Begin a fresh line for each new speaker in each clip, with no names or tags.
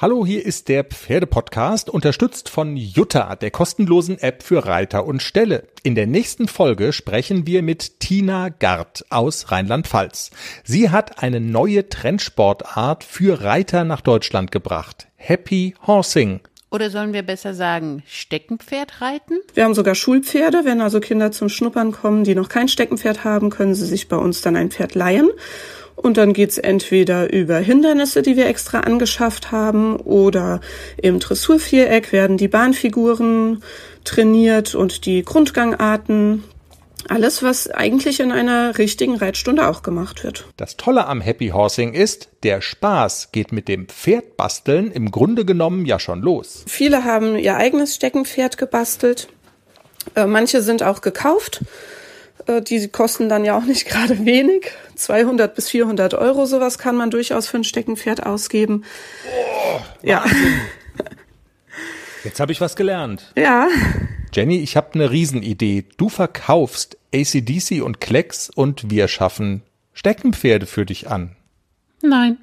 Hallo, hier ist der Pferdepodcast, unterstützt von Jutta, der kostenlosen App für Reiter und Ställe. In der nächsten Folge sprechen wir mit Tina Gart aus Rheinland-Pfalz. Sie hat eine neue Trendsportart für Reiter nach Deutschland gebracht. Happy Horsing.
Oder sollen wir besser sagen, Steckenpferd reiten?
Wir haben sogar Schulpferde. Wenn also Kinder zum Schnuppern kommen, die noch kein Steckenpferd haben, können sie sich bei uns dann ein Pferd leihen. Und dann geht's entweder über Hindernisse, die wir extra angeschafft haben, oder im Dressurviereck werden die Bahnfiguren trainiert und die Grundgangarten. Alles, was eigentlich in einer richtigen Reitstunde auch gemacht wird.
Das Tolle am Happy Horsing ist, der Spaß geht mit dem Pferdbasteln im Grunde genommen ja schon los.
Viele haben ihr eigenes Steckenpferd gebastelt. Äh, manche sind auch gekauft Äh, die kosten dann ja auch nicht gerade wenig. 200 bis 400 Euro, sowas kann man durchaus für ein Steckenpferd ausgeben.
Oh, ja. Jetzt habe ich was gelernt.
Ja.
Jenny, ich habe eine Riesenidee. Du verkaufst ACDC und Klecks und wir schaffen Steckenpferde für dich an.
Nein.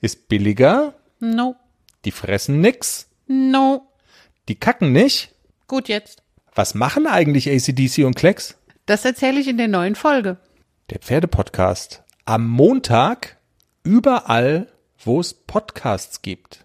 Ist billiger?
No.
Die fressen nix?
No.
Die kacken nicht?
Gut jetzt.
Was machen eigentlich ACDC und Klecks?
Das erzähle ich in der neuen Folge.
Der Pferdepodcast. Am Montag überall, wo es Podcasts gibt.